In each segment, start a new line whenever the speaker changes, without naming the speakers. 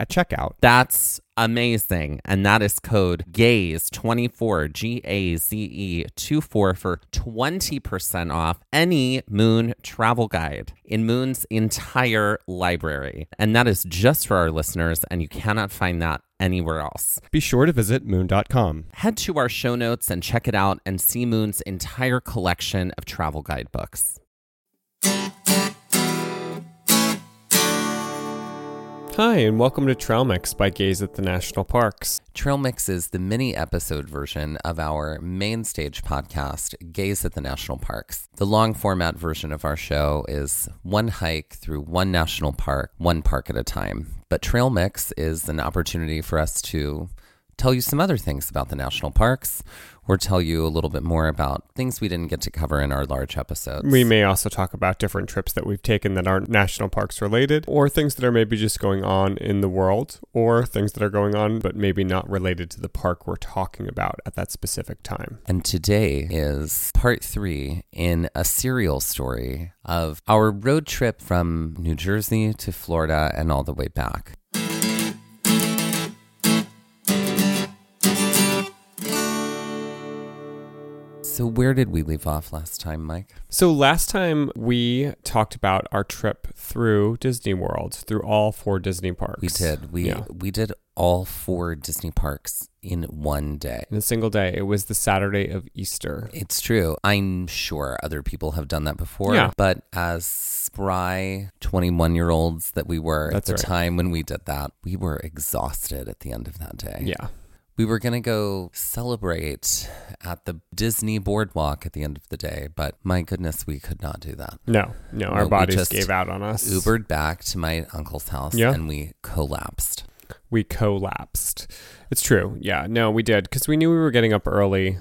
at checkout.
That's amazing. And that is code GAZE24, G A Z E 24 for 20% off any Moon travel guide in Moon's entire library. And that is just for our listeners, and you cannot find that anywhere else.
Be sure to visit moon.com.
Head to our show notes and check it out and see Moon's entire collection of travel guidebooks.
Hi, and welcome to Trail Mix by Gaze at the National Parks.
Trail Mix is the mini episode version of our main stage podcast, Gaze at the National Parks. The long format version of our show is one hike through one national park, one park at a time. But Trail Mix is an opportunity for us to tell you some other things about the national parks or tell you a little bit more about things we didn't get to cover in our large episodes.
We may also talk about different trips that we've taken that aren't national parks related, or things that are maybe just going on in the world, or things that are going on but maybe not related to the park we're talking about at that specific time.
And today is part three in a serial story of our road trip from New Jersey to Florida and all the way back. So, where did we leave off last time, Mike?
So, last time we talked about our trip through Disney World, through all four Disney parks.
We did. We
Yeah.
we did all four Disney parks in one day.
In a single day, it was the Saturday of Easter.
It's true. I'm sure other people have done that before.
Yeah.
But as spry 21 year olds that we were
That's
at the
right.
time when we did that, we were exhausted at the end of that day.
Yeah.
We were going to go celebrate at the Disney boardwalk at the end of the day, but my goodness, we could not do that.
No, no, our
we
bodies
just
gave out on us.
Ubered back to my uncle's house
Yeah.
and we collapsed.
we collapsed. It's true. Yeah, no, we did because we knew we were getting up early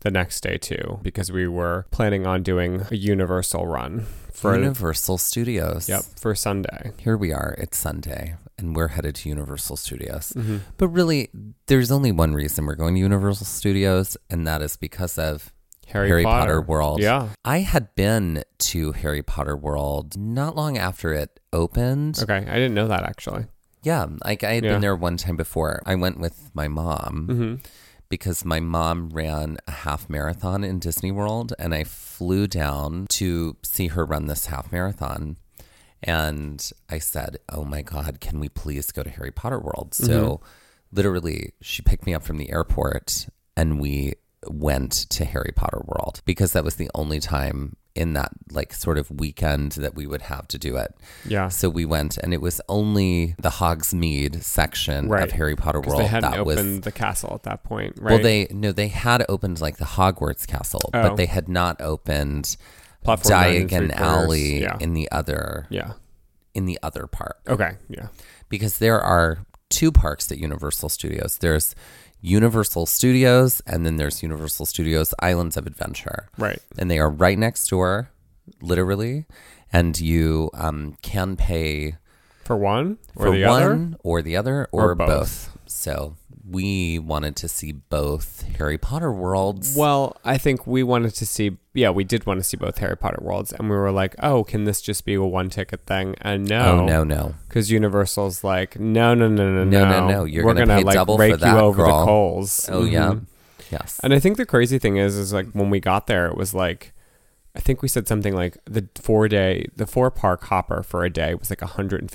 the next day too because we were planning on doing a Universal run for
Universal Studios.
yep for Sunday.
Here we are. It's Sunday, and we're headed to Universal Studios. But really, there's only one reason we're going to Universal Studios, and that is because of
Harry,
Harry Potter World.
Yeah.
I had been to Harry Potter World not long after it opened.
Okay, I didn't know that actually.
Yeah, like I had
Yeah.
been there one time before. I went with my mom because my mom ran a half marathon in Disney World, and I flew down to see her run this half marathon. And I said, "Oh my God, can we please go to Harry Potter World?" So, literally, she picked me up from the airport, and we went to Harry Potter World because that was the only time in that like sort of weekend that we would have to do it.
Yeah,
So we went, and it was only the Hogsmeade section
Right.
of Harry Potter
because
World
they hadn't
that
opened
was.
the castle at that point, right?
Well, they no, they had opened like the Hogwarts Castle,
Oh.
but they had not opened
Platform nine and three
Diagon
quarters.
Alley
Yeah.
in the other
yeah.
in the other park
Okay. Yeah.
because there are two parks at Universal Studios. There's Universal Studios, and then there's Universal Studios Islands of Adventure
Right.
and they are right next door, literally. And you um, can pay
For one or
for
the
one
other.
or the other or,
Or both.
both. So we wanted to see both Harry Potter worlds.
Well, I think we wanted to see. Yeah, we did want to see both Harry Potter worlds, and we were like, "Oh, can this just be a one-ticket thing?" And no,
Oh no no!
because Universal's like, "No, no, no, no, no,
No, no, no, you're
we're
gonna pay
like
double for
rake
that,
you over the
girl."
coals."
Oh yeah,
Mhm.
yes.
And I think the crazy thing is, is like when we got there, it was like I think we said something like the four day, the four park hopper for a day was like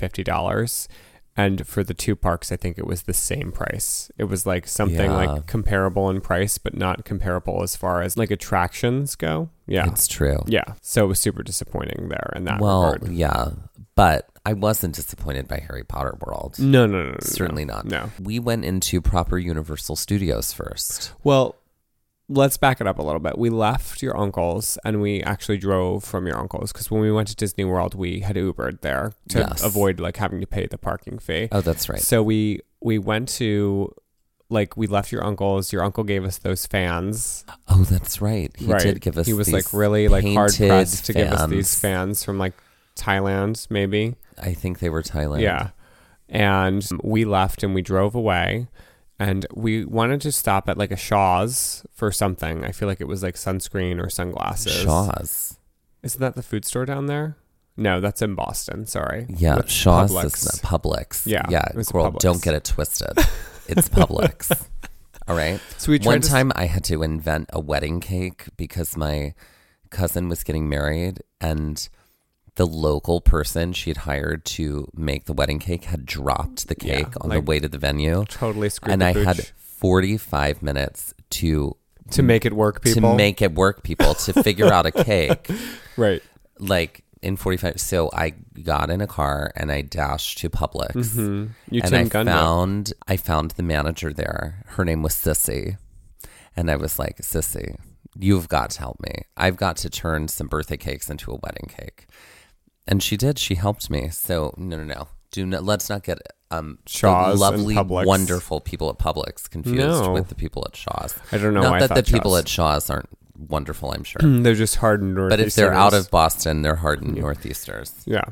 $150. And for the two parks, I think it was the same price. It was like something
Yeah.
like comparable in price, but not comparable as far as like attractions go. Yeah.
It's true.
yeah. So it was super disappointing there in that
Well,
regard.
yeah, but I wasn't disappointed by Harry Potter World.
No, no, no, no, no.
Certainly not.
No.
We went into proper Universal Studios first.
Well, let's back it up a little bit. We left your uncle's and we actually drove from your uncle's because when we went to Disney World, we had Ubered there to
Yes.
avoid like having to pay the parking fee.
Oh, that's right.
So we we went to like we left your uncle's. Your uncle gave us those fans.
Oh, that's right. He
right.
did give us.
He was
these
like really like hard
painted
pressed to give us these
fans.
fans from like Thailand, maybe.
I think they were Thailand.
Yeah. And we left and we drove away and we wanted to stop at like a Shaw's for something. I feel like it was like sunscreen or sunglasses.
Shaw's.
Isn't that the food store down there? No, that's in Boston. Sorry.
Yeah,
That's
Shaw's
Publix.
is not Publix.
Yeah,
yeah.
it was
Girl,
Publix.
don't get it twisted. It's Publix. All right.
So we tried
One
to-
time I had to invent a wedding cake because my cousin was getting married and the local person she'd hired to make the wedding cake had dropped the cake on
like-
the way to the venue.
totally screwed.
And
the
I had
pooch.
45 minutes to
to make it work, people.
to make it work people to figure out a cake
right.
like in 45 so I got in a car and I dashed to Publix
Hmm. You
and
Tim
I
Gunn.
found I found the manager there. Her name was Sissy, and I was like, Sissy, you've got to help me. I've got to turn some birthday cakes into a wedding cake, and she did. She helped me. So no, no, no. Do not. Let's not get um the
Shaw's and
lovely,
Publix.
wonderful people at Publix confused
No.
with the people at Shaw's.
I don't know
Not
why I
that the
thought
people
Shaw's. Hmm,
at Shaw's aren't wonderful. I'm sure.
They're just hardened.
But if they're out of Boston, they're hardened Northeasters.
Yeah.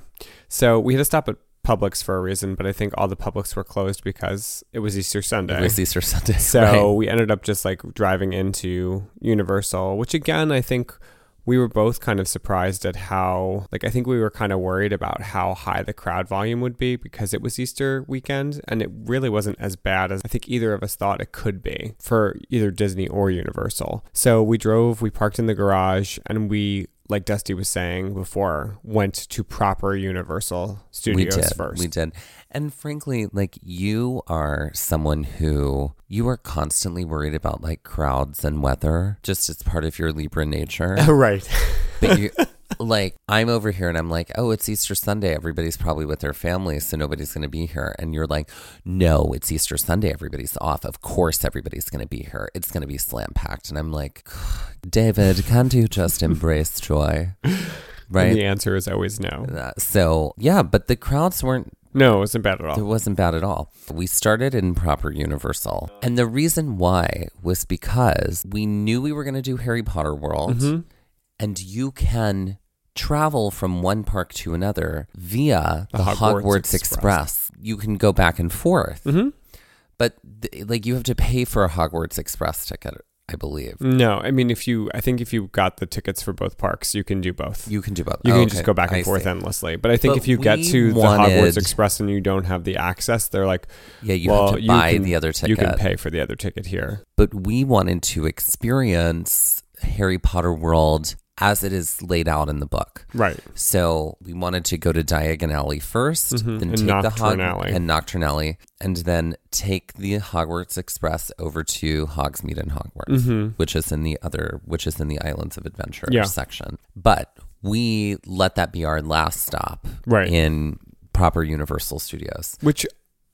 So we had to stop at Publix for a reason, but I think all the Publix were closed because it was Easter Sunday.
It was Easter Sunday.
So
right?
we ended up just like driving into Universal, which again, I think we were both kind of surprised at how, like, I think we were kind of worried about how high the crowd volume would be because it was Easter weekend and it really wasn't as bad as I think either of us thought it could be for either Disney or Universal. So we drove, we parked in the garage, and we, like Dusty was saying before, went to proper Universal Studios
we did.
first.
We did. And frankly, like you are someone who you are constantly worried about like crowds and weather, just as part of your Libra nature.
right.
but you like I'm over here and I'm like, "Oh, it's Easter Sunday. Everybody's probably with their families, so nobody's going to be here." And you're like, "No, it's Easter Sunday. Everybody's off. Of course everybody's going to be here. It's going to be slam packed." And I'm like, "David, can't you just embrace joy?"
And
Right?
the answer is always no.
Uh, So, yeah, but the crowds weren't
No, it wasn't bad at all.
it wasn't bad at all. We started in proper Universal. And the reason why was because we knew we were going to do Harry Potter World.
Mm-hmm.
And you can travel from one park to another via the,
Hogwarts
Hogwarts,
Express. Mm.
Express. You can go back and forth.
Mm-hmm.
But th- like you have to pay for a Hogwarts Express ticket, I believe.
No, I mean if you, I think if you got the tickets for both parks, you can do both. You,
You can do both.
can
Oh,
just
okay.
go back and
I
forth
see.
endlessly. But I think
But
if you get
we
to the Hogwarts
wanted-
Express and you don't have the access, they're like,
Yeah, you
well,
have to buy
you can,
the other ticket.
You can pay for the other ticket here.
but we wanted to experience Harry Potter World as it is laid out in the book.
Right.
So we wanted to go to Diagon Alley 1st then
Mm-hmm. And
take the Hog-
Nocturne Alley.
and Nocturne Alley, and then take the Hogwarts Express over to Hogsmeade and
Mm-hmm.
Hogwarts, which is in the other, which is in the Islands of Adventure
Yeah.
section. But we let that be our last stop
Right.
in proper Universal Studios.
Which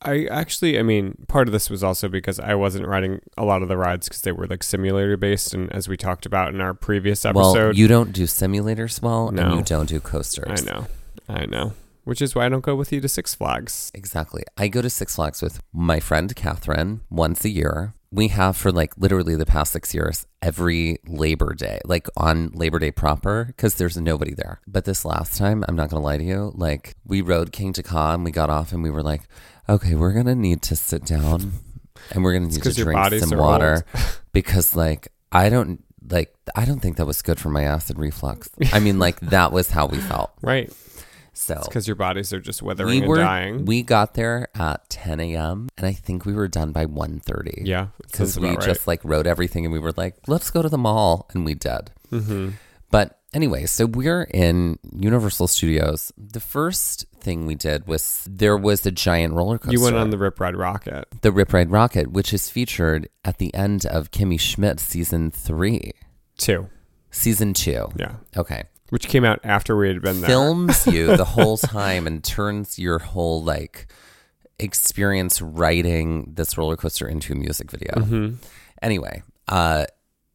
I actually, I mean, part of this was also because I wasn't riding a lot of the rides because they were like simulator based, and as we talked about in our previous
Well,
episode,
you don't do simulators well,
No.
and you don't do coasters.
I know, I know, which is why I don't go with you to Six Flags.
Exactly. I go to Six Flags with my friend Catherine once a year. We have for like literally the past six years every Labor Day, like on Labor Day proper, because there's nobody there. But this last time, I'm not going to lie to you, like we rode King to Ka and we got off and we were like, okay, we're going to need to sit down and we're going to need
'cause
to
your
drink
bodies
some
are
water because like I don't like, I don't think that was good for my acid reflux. I mean, like that was how we felt.
Right,
So
because your bodies are just withering
we
and
were
dying.
we got there at 10 a.m and i think we were done by 1.30
yeah,
because
sounds
we
about right.
just like wrote everything and we were like let's go to the mall and we did mm-hmm. but Anyway, so we're in Universal Studios. The first thing we did was there was a giant roller coaster.
You went on the Rip Ride Rocket.
the Rip Ride Rocket, which is featured at the end of Kimmy Schmidt season three,
Two.
season two.
Yeah.
Okay.
Which came out after we had been there.
Films you the whole time and turns your whole like experience writing this roller coaster into a music video. Anyway, uh,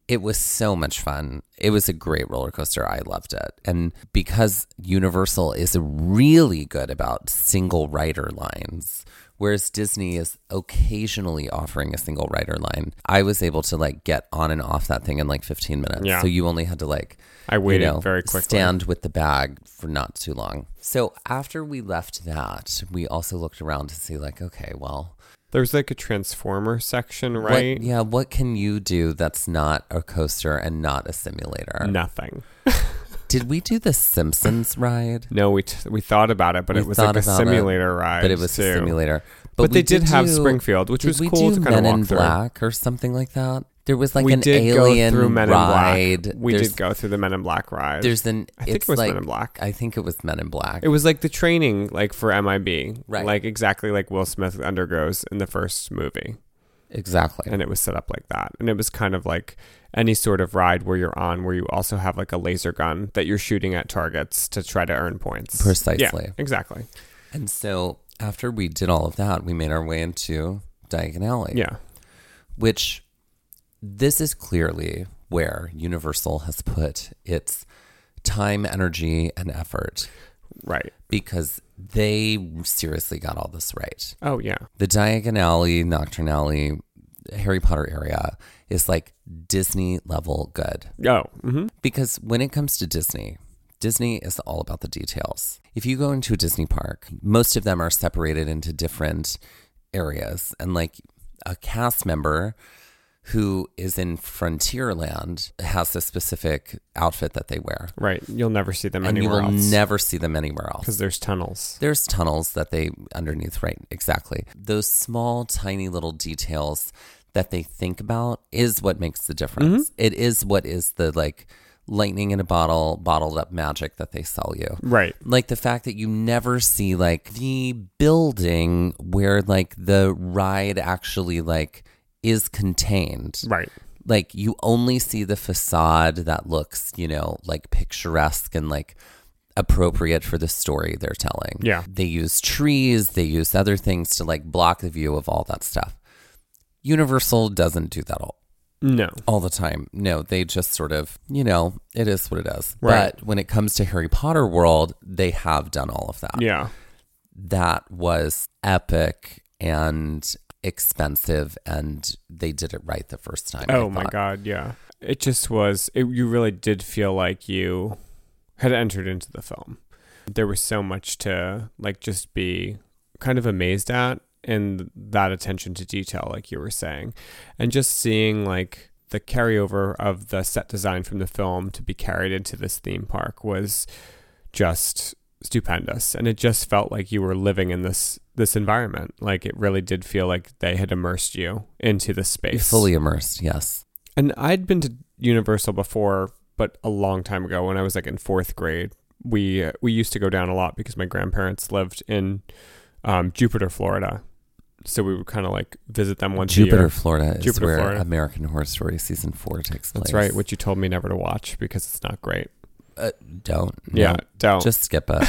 it was so much fun. It was a great roller coaster. I loved it. And because Universal is really good about single rider lines, whereas Disney is occasionally offering a single rider line, I was able to like get on and off that thing in like 15 minutes.
Yeah.
So you only had to like
I waited very quickly.
Stand with the bag for not too long. So after we left that, we also looked around to see like, okay, well,
There was like a transformer section,
what-
right?
yeah, what can you do that's not a coaster and not a simulator?
Nothing.
Did we do the Simpsons ride?
No, we t- we thought about it, but
We
it was like
thought
a
about
simulator ride.
But it was
too.
a simulator.
But,
we
they did, have
do-
Springfield, which
did
was
we
cool
do
to kind of
Men
walk
in
through.
Black or something like that. There was like
we
an
did
alien
go through Men
ride.
in Black. We
There's-
did go through the Men in Black ride.
There's an.
I think
it's
it was
like,
Men in Black.
I think it was Men in Black.
it was like the training, like for MIB,
Right.
Like exactly like Will Smith undergoes in the first movie,
exactly.
and it was set up like that. And it was kind of like any sort of ride where you're on, where you also have like a laser gun that you're shooting at targets to try to earn points. Yeah,
Precisely.
exactly.
And so after we did all of that, we made our way into Diagon Alley,
Yeah.
which this is clearly where Universal has put its time, energy, and effort
Right.
because they seriously got all this right.
Oh yeah.
The Diagon Alley, Nocturne Alley, Harry Potter area is like Disney level good.
Oh. hmm
Because when it comes to Disney, Disney is all about the details. If you go into a Disney park, most of them are separated into different areas. And like a cast member who is in Frontierland has a specific outfit that they wear.
Right. You'll never see them
And you
anywhere
will
else
never see them anywhere else.
because there's tunnels.
There's tunnels that they underneath, right? Exactly. Those small, tiny little details that they think about is what makes the difference. It is what is the like lightning in a bottle, bottled up magic that they sell you.
Right.
Like the fact that you never see like the building where like the ride actually like is contained
Right.
like you only see the facade that looks, you know, like picturesque and like appropriate for the story they're telling.
Yeah.
They use trees, they use other things to like block the view of all that stuff. Universal doesn't do that all,
No.
all the time. No, they just sort of, you know, it is what it is.
Right.
But when it comes to Harry Potter world, they have done all of that
Yeah.
that was epic and expensive and they did it right the first time. I
Oh my
thought.
god, yeah. It just was it, you really did feel like you had entered into the film. There was so much to like just be kind of amazed at and that attention to detail like you were saying. And just seeing like the carryover of the set design from the film to be carried into this theme park was just stupendous and it just felt like you were living in this this environment like it really did feel like they had immersed you into the
You're
space
fully immersed, yes.
and I'd been to Universal before, but a long time ago when I was like in fourth grade. We we used to go down a lot because my grandparents lived in um, Jupiter, Florida, so we would kind of like visit them once a
Jupiter,
year.
Florida is
Jupiter,
where
Florida.
American Horror Story season four takes place.
That's right, which you told me never to watch because it's not great.
Uh, don't.
Yeah,
no.
don't.
Just skip it.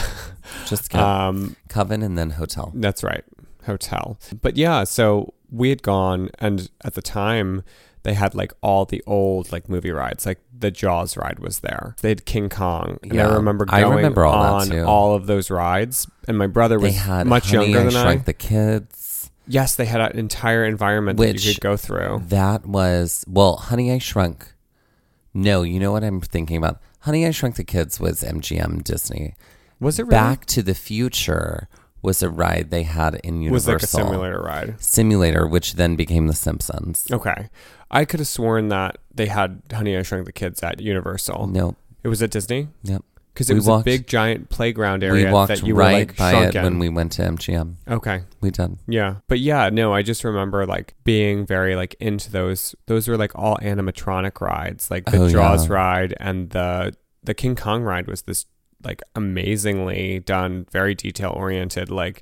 Just skip
um,
Coven and then Hotel.
That's right. Hotel. But yeah, so we had gone and at the time they had like all the old like movie rides. Like the Jaws ride was there. They had King Kong. And I
Yeah,
remember
I
going
remember all that
on
too.
all of those rides. And my brother
They
was
had
much
Honey,
younger
I
than
Shrunk
I.
the Kids.
Yes, they had an entire environment that you
Which-
could go through.
That was well, Honey I Shrunk. No, you know what I'm thinking about. Honey I Shrunk the Kids was MGM Disney.
Was it really?
Back to the Future was a ride they had in
It was
Universal.
like a simulator ride.
Simulator, which then became The Simpsons.
Okay. I could have sworn that they had Honey I Shrunk the Kids at Universal.
Nope.
It was at Disney?
Yep.
Because it
We
was
walked-
a big giant playground area
We walked
that you were
right
like
by
shrunk
it
in.
when we went to MGM.
Okay.
We did.
Yeah. But yeah, no, I just remember like being very like into those those were like all animatronic rides, like the
Oh,
Jaws
yeah.
ride and the the King Kong ride was this like amazingly done, very detail oriented. Like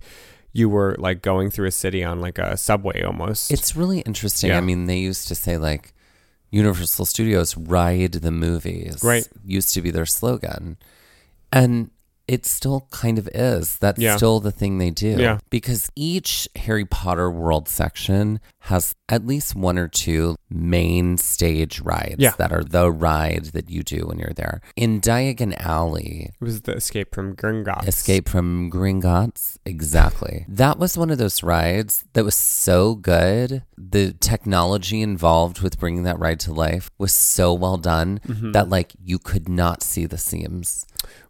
you were like going through a city on like a subway almost.
It's really interesting.
Yeah.
I mean, they used to say like Universal Studios ride the movies.
Right.
Used to be their slogan. And it still kind of is. That's
Yeah.
still the thing they do.
Yeah.
Because each Harry Potter world section has at least one or two main stage rides
Yeah.
that are the ride that you do when you're there. In Diagon Alley,
it was the escape from Gringotts.
Escape from Gringotts. Exactly. That was one of those rides that was so good. The technology involved with bringing that ride to life was so well done
Mm-hmm.
that, like, you could not see the seams.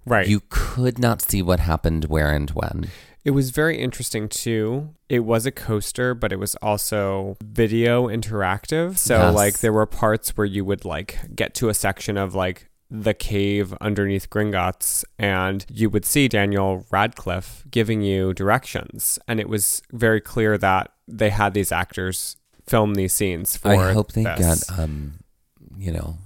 Right.
You could not see what happened where and when.
It was very interesting too. It was a coaster, but it was also video interactive. So
Yes.
like there were parts where you would like get to a section of like the cave underneath Gringotts and you would see Daniel Radcliffe giving you directions and it was very clear that they had these actors film these scenes for
I hope they
this.
got, um, you know,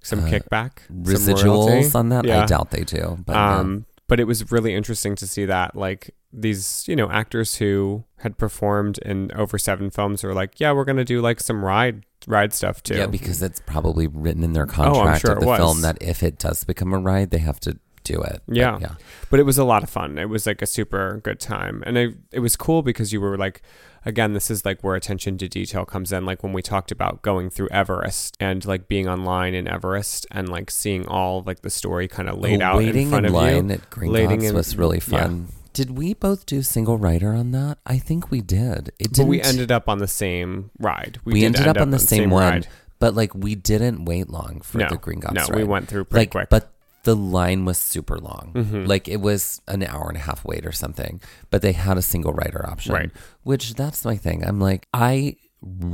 some
uh,
kickback, some royalty.
residuals on that.
Yeah
I doubt they do. But yeah.
um, but it was really interesting to see that like these you know actors who had performed in over seven films were like yeah we're gonna do like some ride ride stuff too Oh,
yeah, because it's probably written in their contract
sure
of
it
the
was.
film that if it does become a ride, they have to do it. But
Yeah.
yeah.
but it was a lot of fun it was like a super good time and I, it was cool because you were like again this is like where attention to detail comes in like when we talked about going through everest and like being online in everest and like seeing all like the story kind of laid
Oh,
out
waiting
in front of
line
you
at Green
Waiting
Dots
in-
was really
yeah.
fun. Did we both do single rider on that? I think we did. It
but
didn't.
we ended up on the same ride we,
we
did
ended
end
up on the same, one,
ride.
but like we didn't wait long for the Green Gots.
No,
ride.
we went through pretty
like,
quick. Mm-hmm.
but the line was super long. Like it was an hour and a half wait or something. But they had a single rider option,
Right.
which that's my thing. I'm like, I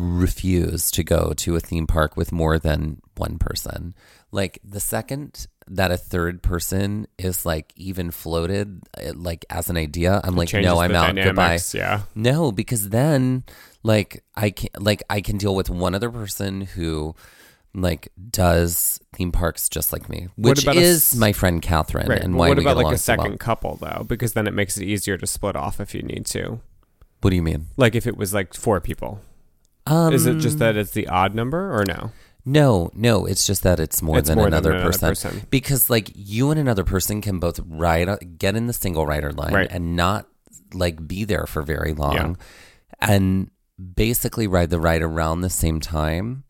refuse to go to a theme park with more than one person. Like the second that a third person is like even floated, uh, like as an idea, I'm like,
changes
no, I'm
the
out. Goodbye.
dynamics, Yeah.
No, because then like I can like I can deal with one other person who like does theme parks just like me,
What
which
about a
is
s-
my friend Catherine,
Right.
and
but
why
what
we
about
get
like
along
a
so well.
second couple though? Because then it makes it easier to split off if you need to.
What do you mean?
Like if it was like four people.
Um,
Is it just that it's the odd number or no?
No, no. It's just that it's more
It's
than
more than
another
another
person.
person.
because like you and another person can both ride get in the single rider line
Right.
and not like be there for very long,
Yeah.
and basically ride the ride around the same time,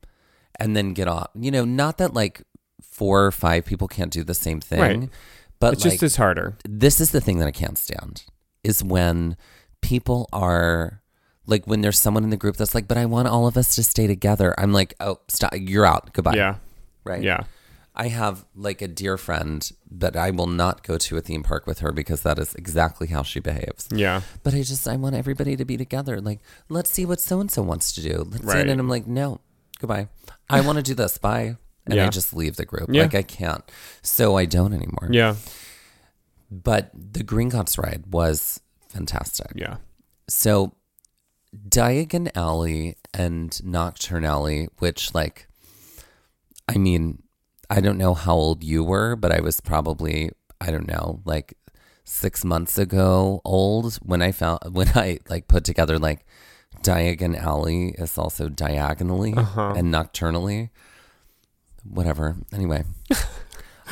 and then get off. You know, not that like four or five people can't do the same thing,
Right.
but
It's
like
just as harder.
this is the thing that I can't stand is when people are like when there's someone in the group that's like, but I want all of us to stay together. I'm like, oh, stop, you're out, goodbye.
Yeah.
Right.
Yeah.
I have like a dear friend that I will not go to a theme park with her because that is exactly how she behaves.
Yeah.
But I just I want everybody to be together. Like, let's see what so and so wants to do. Let's see
Right.
it. And I'm like, no, goodbye. I want to do this. Bye. And I
Yeah.
just leave the group.
Yeah.
Like I can't. So I don't anymore.
Yeah.
But the Green Cops ride was fantastic.
Yeah.
So Diagon Alley and Nocturne Alley, which like I mean, I don't know how old you were, but I was probably, I don't know, like six months ago old when I found when I like put together like Diagon Alley is also diagonally and nocturnally. Whatever. Anyway.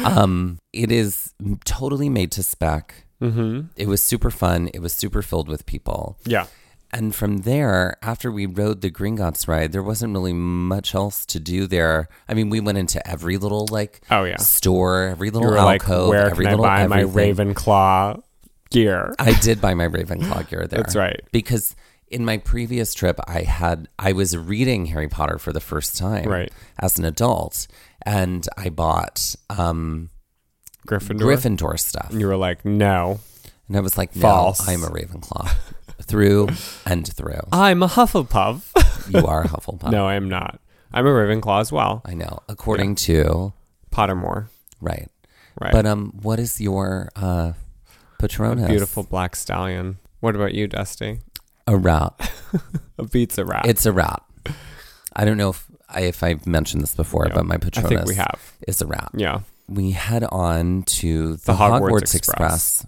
um it is totally made to spec.
Mm-hmm.
It was super fun. It was super filled with people.
Yeah.
And from there, after we rode the Gringotts ride, there wasn't really much else to do there. I mean, we went into every little like
Oh yeah.
store, every
You
little
were like,
alcove,
where
every
can I
little
buy my
everything. Uh,
Ravenclaw gear?
I did buy my Ravenclaw gear there.
That's right.
Because in my previous trip, I had I was reading Harry Potter for the first time,
Right.
as an adult, and I bought um,
Gryffindor.
Gryffindor stuff.
You were like, no.
And I was like, no,
False.
I'm a Ravenclaw through and through.
I'm a Hufflepuff.
You are a Hufflepuff.
no, I am not. I'm a Ravenclaw as well.
I know. According to
Pottermore.
right.
Right.
But um what is your uh Patronus?
Beautiful black stallion. What about you, Dusty?
A rat.
A pizza wrap.
It's a rat. I don't know if I if I've mentioned this before, but my
I
Patronus
think we have.
is a rat.
Yeah.
we head on to the,
Hogwarts
Hogwarts,
Express.
Express.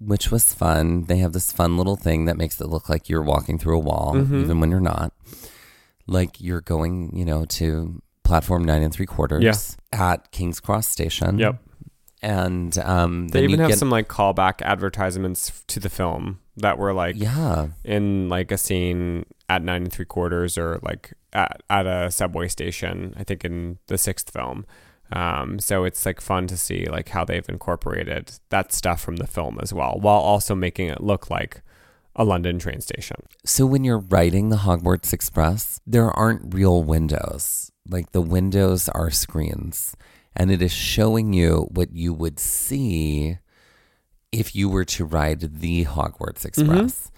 which was fun. They have this fun little thing that makes it look like you're walking through a wall,
Mm-hmm.
even when you're not. Like you're going, you know, to platform nine and three quarters
Yeah.
at King's Cross Station.
Yep.
And um,
They
then
even
you
have
get,
some like callback advertisements f- to the film that were like
yeah,
in like a scene at nine and three quarters or like at, at a subway station, I think in the sixth film. Um, so it's like fun to see like how they've incorporated that stuff from the film as well, while also making it look like a London train station.
So when you're writing the Hogwarts Express, there aren't real windows. Like the windows are screens, and it is showing you what you would see if you were to ride the Hogwarts
Mm-hmm.
Express.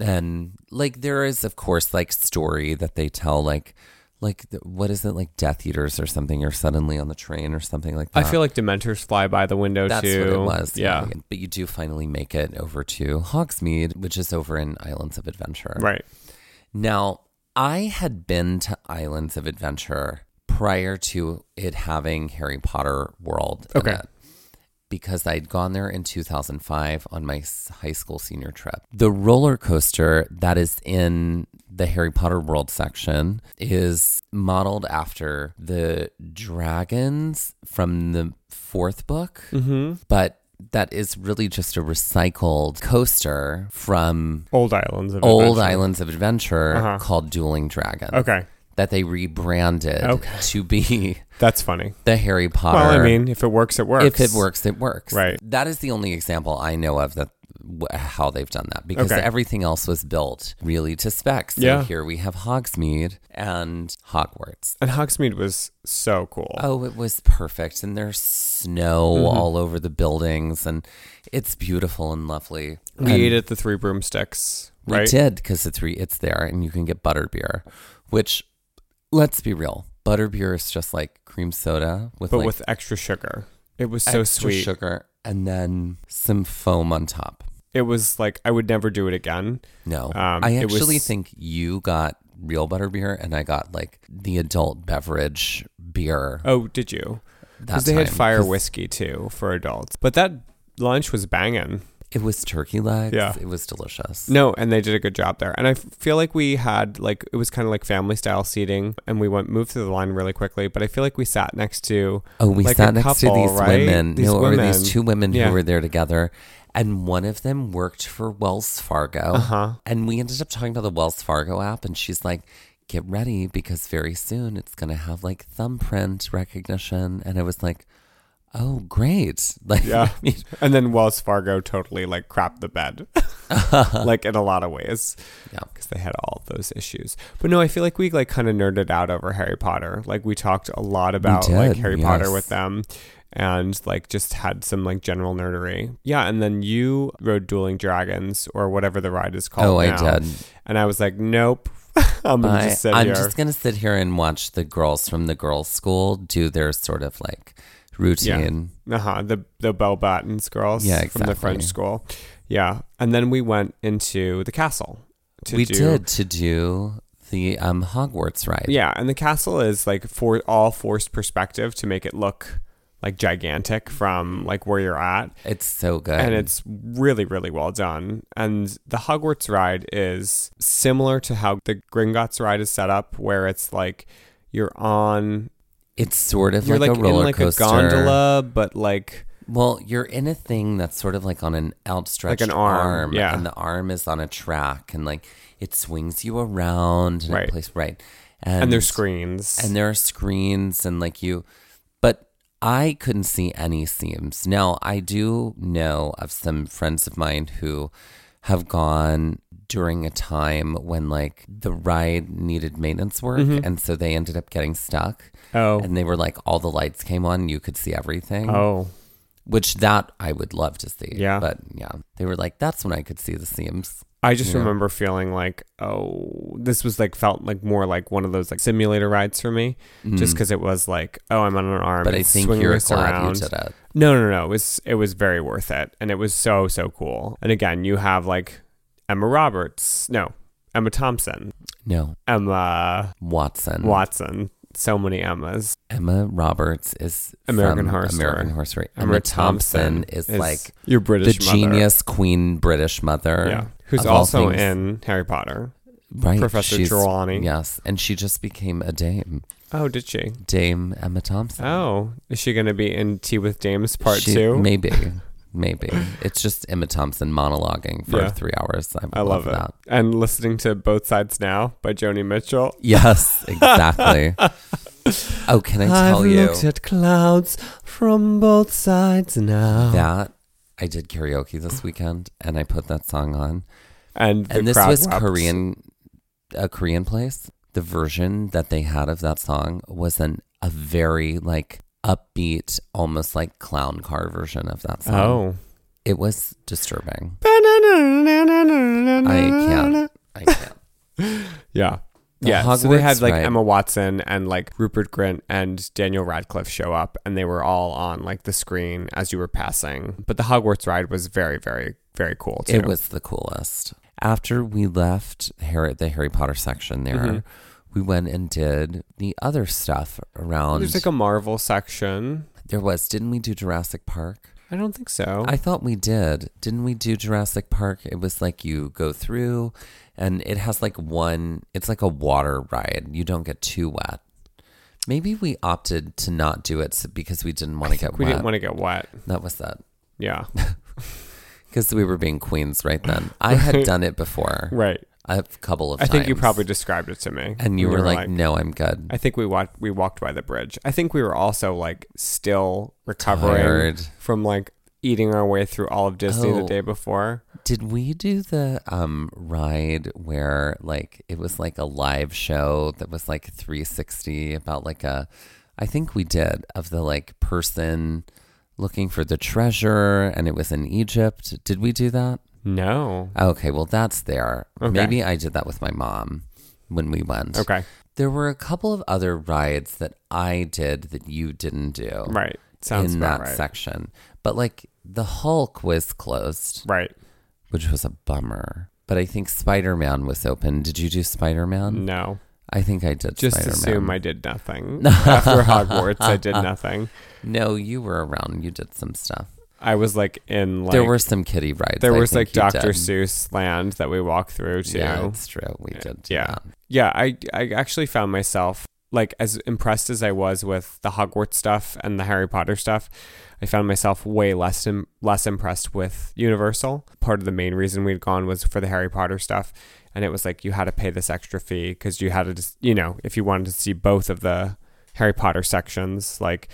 And like there is of course like story that they tell like like th- what is it like Death Eaters or something you're suddenly on the train or something like that.
I feel like Dementors fly by the window
Uh, That's
too.
what it was.
Yeah.
But you do finally make it over to Hogsmeade, which is over in Islands of Adventure.
Right.
Now, I had been to Islands of Adventure prior to it having Harry Potter World in
Okay.
it because I'd gone there in 2005 on my s- high school senior trip. The roller coaster that is in the Harry Potter World section is modeled after the dragons from the fourth book, but that is really just a recycled coaster from
Old Islands of
old
Adventure.
Islands of Adventure
Uh-huh.
called Dueling Dragons.
Okay.
That they rebranded
Okay.
to be
That's funny.
the Harry Potter.
Well, I mean, if it works, it works.
if it works, it works.
Right.
That is the only example I know of that wh- how they've done that because
Okay.
everything else was built really to specs. So
Yeah.
here we have Hogsmeade and Hogwarts.
And Hogsmeade was so cool.
Oh, it was perfect. And there's snow
Mm-hmm.
all over the buildings and it's beautiful and lovely.
we ate at the Three Broomsticks,
We
right?
did because the three it's there, and you can get butterbeer, which let's be real, butterbeer is just like cream soda with
but
like
with extra sugar. It was so
extra
sweet.
sugar and then some foam on top.
It was like I would never do it again.
No,
Um,
I
it was-
actually think you got real butterbeer, and I got like the adult beverage beer.
Oh, did you?
that
Because they had
time,
fire
'cause
whiskey too for adults. But that lunch was banging.
It was turkey legs.
Yeah.
it was delicious.
No, and they did a good job there. And I f- feel like we had like it was kind of like family style seating, and we went moved through the line really quickly. But I feel like we sat next to
Oh, we
like, a
sat next to
couple,
these
right?
women.
These
no, or
women.
these two women
Yeah.
who were there together. And one of them worked for Wells Fargo.
Uh-huh.
And we ended up talking about the Wells Fargo app. And she's like, get ready because very soon it's going to have like thumbprint recognition. And I was like, oh, great. Like,
yeah.
I mean,
and then Wells Fargo totally like crapped the bed, like in a lot of ways.
Yeah.
because they had all of those issues. But no, I feel like we like kind of nerded out over Harry Potter. Like we talked a lot about
did,
like Harry Potter
yes.
with them and like just had some like general nerdery. Yeah, and then you rode Dueling Dragons or whatever the ride is called.
Oh, I
now.
did.
And I was like, nope. I'm gonna
I,
just sit
am
here.
just going to sit here and watch the girls from the girls' school do their sort of like routine.
Uh huh. The the Bell Battens girls.
Yeah,
From the French
exactly.
school. Yeah, and then we went into the castle. To
we
do,
did to do the um, Hogwarts ride.
Yeah, and the castle is like for all forced perspective to make it look like gigantic from like where you're at,
It's so good.
and it's really really well done. And the Hogwarts ride is similar to how the Gringotts ride is set up, where it's like you're on
It's sort of
you're
like,
like,
a
in
roller
like
coaster.
a gondola, but like
Well, you're in a thing that's sort of like on an outstretched
Like an arm, yeah.
and the arm is on a track, and like it swings you around, and
Right.
It plays right,
and there's screens.
and there are screens, and like you, but I couldn't see any seams. Now I do know of some friends of mine who have gone during a time when like the ride needed maintenance work,
Mm-hmm.
and so they ended up getting stuck.
oh
And they were like, all the lights came on, you could see everything,
oh
which that I would love to see.
Yeah.
But yeah, they were like, that's when I could see the seams.
I just remember feeling like, oh, this was like felt like more like one of those like simulator rides for me, just because it was like, oh, I'm on an arm.
Hmm. Mm. But I
it's
think
swinging
you're
us
glad
around.
you did it.
No, no, no. It was it was very worth it, and it was so so cool. And again, you have like Emma Roberts, no, Emma Thompson,
No,
Emma
Watson.
Watson. so many Emmas.
Emma Roberts is
American
from
Horror
American
Story.
Horror Story.
Emma
Emma Thompson, is, like
your
the
British mother.
genius queen British mother.
Yeah. Who's
of all
also
things.
in Harry Potter.
right,
Professor
she's-
Trelawney.
Yes, and she just became a dame,
Oh, did she?
Dame Emma Thompson.
Oh, is she going to be in Tea with Dames part
She-
two?
Maybe. Maybe. It's just Emma Thompson monologuing for
Yeah.
three hours. I, would
I love it.
that.
And listening to Both Sides Now by Joni Mitchell.
Yes, exactly. oh, can I tell you
at clouds from both sides now.
that I did karaoke this weekend and I put that song on.
And, the
and this
crowd
was
wept.
Korean a Korean place. The version that they had of that song was an a very like upbeat, almost like clown car version of that song.
Oh.
It was disturbing. I
I
can't. I can't.
Yeah.
The
yeah. so they had
Hogwarts,
like
right.
Emma Watson and like Rupert Grint and Daniel Radcliffe show up and they were all on like the screen as you were passing. But the Hogwarts ride was very, very, very cool too.
It was the coolest. After we left Harry, the Harry Potter section there,
Mhm.
we went and did the other stuff around.
There's like a Marvel section.
there was, didn't we do Jurassic Park?
I don't think so.
I thought we did. Didn't we do Jurassic Park? It was like you go through and it has like one, it's like a water ride. You don't get too wet. Maybe we opted to not do it s- because we didn't want to get
we
wet.
didn't want to get wet.
that was that.
Yeah.
Because we were being queens right then. I had done it before
right.
a couple of
I
times.
think you probably described it to me.
And you were like, no, I'm good.
I think we walked we walked by the bridge. I think we were also like still recovering
Tired.
from like eating our way through all of Disney the
Oh.
day before.
Did we do the um, ride where like it was like a live show that was like 360 about like a, I think we did of the like person looking for the treasure and it was in Egypt. Did we do that?
No.
Okay, well that's there.
Okay.
Maybe I did that with my mom when we went.
Okay.
There were a couple of other rides that I did that you didn't do.
Right. Sounds
in
about
that
right.
section. But like the Hulk was closed,
Right.
which was a bummer. But I think Spider Man was open. Did you do Spider Man?
No.
I think I did
Just
um, Spider-Man.
assume I did nothing. After Hogwarts, I did nothing.
No, you were around. You did some stuff.
I was like in like
there were some kitty rides.
there
I
was like
think you
Dr.
did.
Seuss land that we walked through too.
Yeah, that's true. We did. do
Yeah.
that.
Yeah, I I actually found myself like as impressed as I was with the Hogwarts stuff and the Harry Potter stuff, I found myself way less Im- less impressed with Universal. Part of the main reason we'd gone was for the Harry Potter stuff, and it was like you had to pay this extra fee because you had to just, you know if you wanted to see both of the Harry Potter sections like.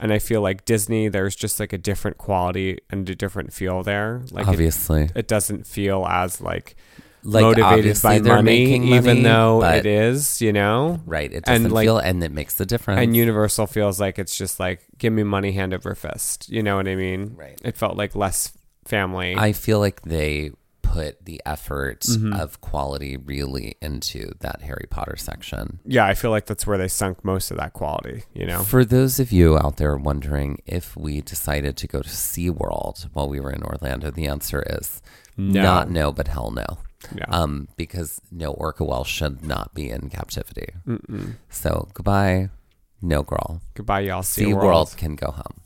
And I feel like Disney, there's just like a different quality and a different feel there. Like it,
obviously,
it doesn't feel as like
like
motivated
obviously
by
they're
money,
making money,
even though
but-
it is, you know.
right. It
and,
doesn't
like-
feel, and it makes the difference.
And Universal feels like it's just like give me money hand over fist. You know what I mean?
Right.
It felt like less family.
I feel like they put the effort
Mm-hmm.
of quality really into that Harry Potter section.
yeah, I feel like that's where they sunk most of that quality. You know?
For those of you out there wondering if we decided to go to SeaWorld while we were in Orlando, the answer is
No.
not no, but hell no.
Yeah.
Um, because no orca whale should not be in captivity. So goodbye, no girl.
Goodbye, y'all. See
SeaWorld
world.
can go home.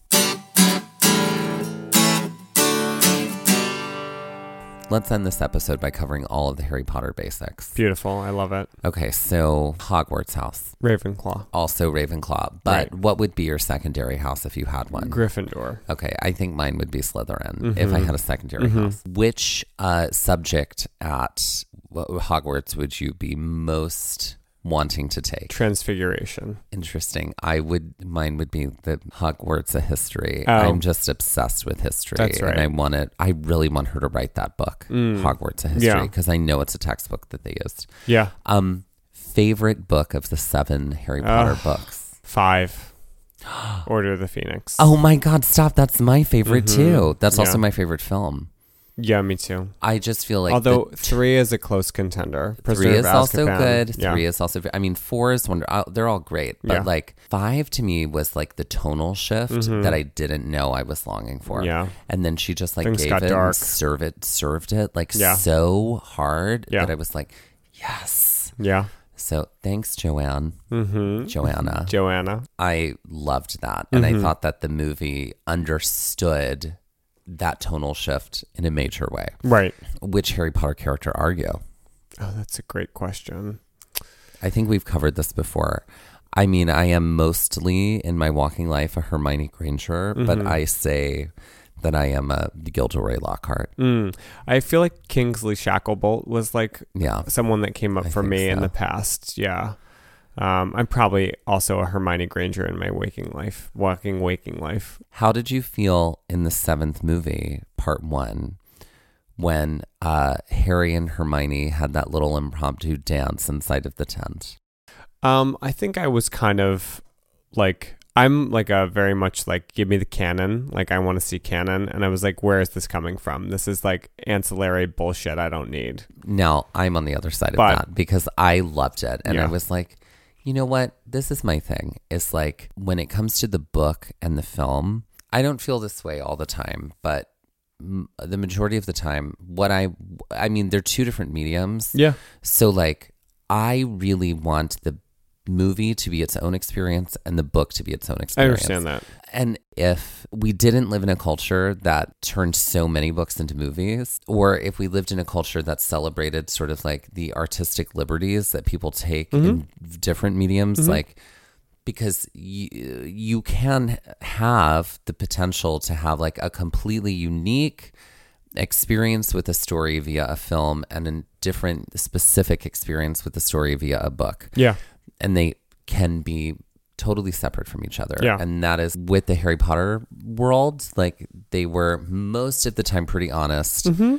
Let's end this episode by covering all of the Harry Potter basics.
Beautiful. I love it.
Okay, so Hogwarts house,
Ravenclaw,
also Ravenclaw, but
Right.
what would be your secondary house if you had one?
Gryffindor.
Okay, I think mine would be Slytherin if
Mm-hmm.
I had a secondary house. Which uh, subject at what- Hogwarts would you be most wanting to take?
Transfiguration.
Interesting. I would. Mine would be the Hogwarts of history.
Oh.
I'm just obsessed with history,
That's right. Mm.
and I want to. I really want her to write that book, Hogwarts of history,
Yeah.
because I know it's a textbook that they used.
Yeah.
Um, favorite book of the seven Harry Potter books.
Five. Order of the Phoenix.
Oh my God! Stop. That's my favorite too. That's also
Mm-hmm. Yeah.
my favorite film.
Yeah, me too.
I just feel like
Although
the
three is a close contender. Prisoner
three
of
is also
Azkaban.
good.
Yeah.
Three is also. I mean, four is wonder. Uh, they're all great, but
Yeah. Mm-hmm.
like five to me was like the tonal shift that I didn't know I was longing for.
Yeah.
and then she just like
Things
gave
got
it,
dark.
and served it, served it like
Yeah.
so hard
Yeah.
that I was like, yes.
Yeah.
So thanks, Joanne.
Mm-hmm.
Joanna.
Joanna.
I loved that. And
Mm-hmm.
I thought that the movie understood that tonal shift in a major way.
Right.
Which Harry Potter character are you?
Oh, that's a great question.
I think we've covered this before. I mean, I am mostly in my walking life a Hermione Granger, but I say that I am a Gilderoy Lockhart.
Mm. I feel like Kingsley Shacklebolt was like
Yeah.
someone that came up
I
for
think
me in
so.
the past. Yeah. Um, I'm probably also a Hermione Granger in my waking life, walking waking life.
How did you feel in the seventh movie, part one, when uh, Harry and Hermione had that little impromptu dance inside of the tent?
Um, I think I was kind of like I'm like a very much like give me the canon, like I want to see canon, and I was like, where is this coming from? This is like ancillary bullshit I don't need.
Now I'm on the other side of
But-
that because I loved it. And I
Yeah.
was like, you know what? This is my thing. It's like when it comes to the book and the film, I don't feel this way all the time, but m- the majority of the time, what I, I mean, they're two different mediums.
Yeah,
So, like, I really want the movie to be its own experience and the book to be its own
I
experience.
understand that.
And if we didn't live in a culture that turned so many books into movies, or if we lived in a culture that celebrated sort of like the artistic liberties that people take in different mediums, like because you, you can have the potential to have like a completely unique experience with a story via a film and a different specific experience with a story via a book
Yeah,
and they can be totally separate from each other.
Yeah.
And that is with the Harry Potter world, like they were most of the time pretty honest.
Mm-hmm.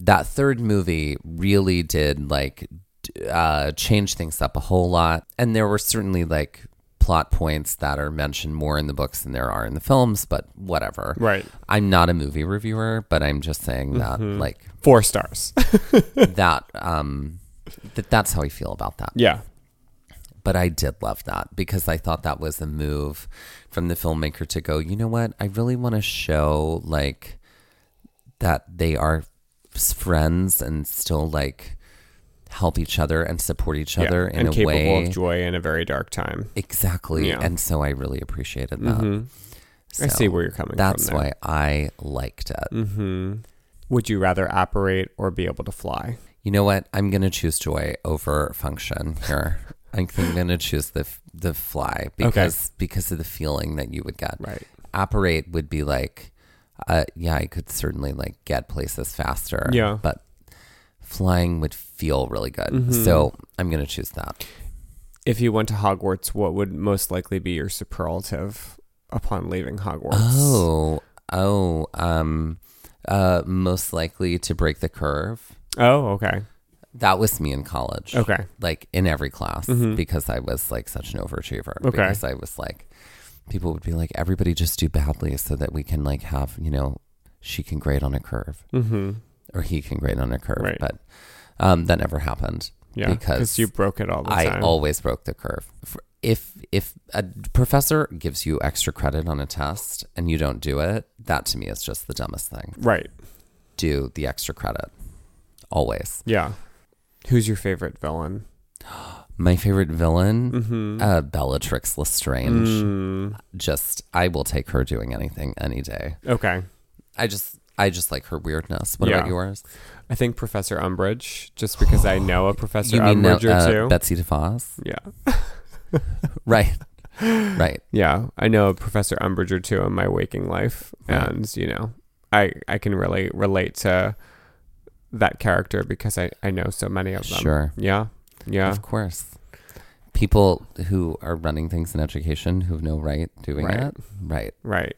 That third movie really did like d- uh, change things up a whole lot. And there were certainly like plot points that are mentioned more in the books than there are in the films, but whatever.
right.
I'm not a movie reviewer, but I'm just saying that
Mm-hmm.
like
Four stars.
that um that that's how I feel about that
yeah,
but I did love that because I thought that was a move from the filmmaker to go, you know what? I really want to show like that they are s- friends and still like help each other and support each
yeah.
other in
and
a
capable
way.
of joy in a very dark time.
exactly.
Yeah. Mm-hmm.
And so I really appreciated that.
I
So
see where you're coming
That's
from. there. Mm-hmm.
why I liked it.
Would you rather operate or be able to fly?
You know what? I'm going to choose joy over function here. I think I'm going to choose the f- the fly because because of the feeling that you would get.
Right.
operate would be like uh yeah i could certainly like get places faster
Yeah. Mm-hmm.
but flying would feel really good so i'm gonna choose that
If you went to Hogwarts, what would most likely be your superlative upon leaving Hogwarts?
oh oh um uh most likely to break the curve
Oh, okay.
that was me in college
Okay. Mm-hmm.
like in every class because i was like such an overachiever
Okay.
because i was like people would be like everybody just do badly so that we can like have you know she can grade on a curve
Mm-hmm.
or he can grade on a curve,
Right.
but um, that never happened.
Yeah.
because
you broke it all the
I
time.
always broke the curve. For- If if a professor gives you extra credit on a test and you don't do it, that to me is just the dumbest thing.
right.
Do the extra credit always.
Yeah. Who's your favorite villain?
My favorite villain,
Mm-hmm.
uh, Bellatrix Lestrange.
Mm.
Just I will take her doing anything any day.
Okay.
I just I just like her weirdness. What
Yeah.
about yours?
I think Professor Umbridge, just because I know a Professor
you mean uh,
Umbridge or two.
uh, Betsy DeVos?
yeah.
Right, right.
Yeah. I know a Professor Umbridge or two in my waking life.
Right.
And, you know, I, I can really relate to that character because I, I know so many of them.
Sure.
Yeah. Yeah.
Of course. People who are running things in education who have no right doing
Right.
it. Right.
Right.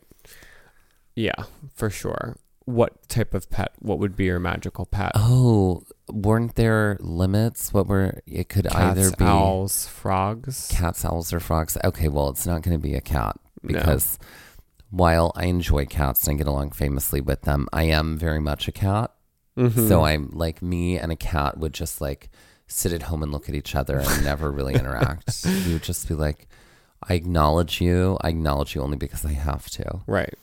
Yeah, for sure. What type of pet? What would be your magical pet?
Oh, weren't there limits? What were it could
Cats,
either be
owls, frogs.
cats, owls, or frogs? Okay, well, it's not going to be a cat
No.
because while I enjoy cats and I get along famously with them, I am very much a cat.
Mhm.
So I'm like me and a cat would just like sit at home and look at each other and never really interact. You would just be like, I acknowledge you. I acknowledge you only because I have to.
right.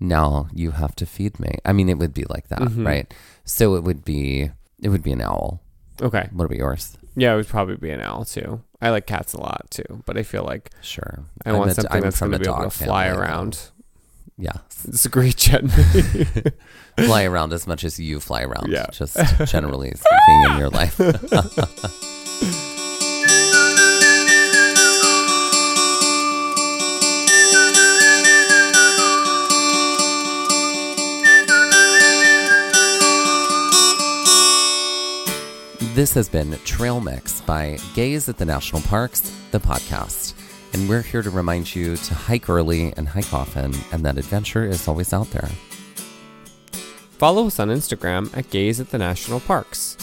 Now you have to feed me. I mean, it
Mm-hmm.
would be like that, right? So it would be it would be an owl.
Okay.
What about yours?
Yeah, it would probably be an owl too. I like cats a lot too, but I feel like
Sure.
I
I'm
want
a-
something
I'm
that's
from
going to
a
be able to
dog
fly
family.
around.
Yeah.
Screech at me.
Fly around as much as you fly around.
Yeah.
Just generally speaking in your life. This has been Trail Mix by Gaze at the National Parks, the podcast. And we're here to remind you to hike early and hike often, and that adventure is always out there.
Follow us on Instagram at Gaze at the National Parks.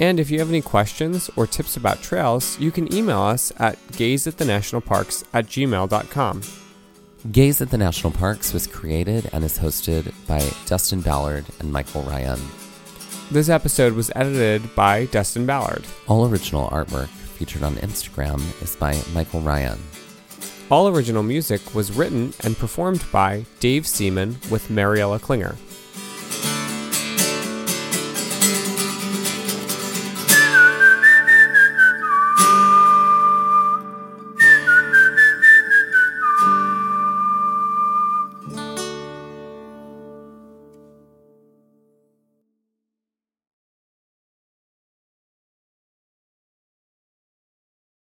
And if you have any questions or tips about trails, you can email us at gaze at the national parks at gmail.com.
Gaze at the National Parks was created and is hosted by Dustin Ballard and Michael Ryan.
This episode was edited by Dustin Ballard.
All original artwork featured on Instagram is by Michael Ryan.
All original music was written and performed by Dave Seaman with Mariella Klinger.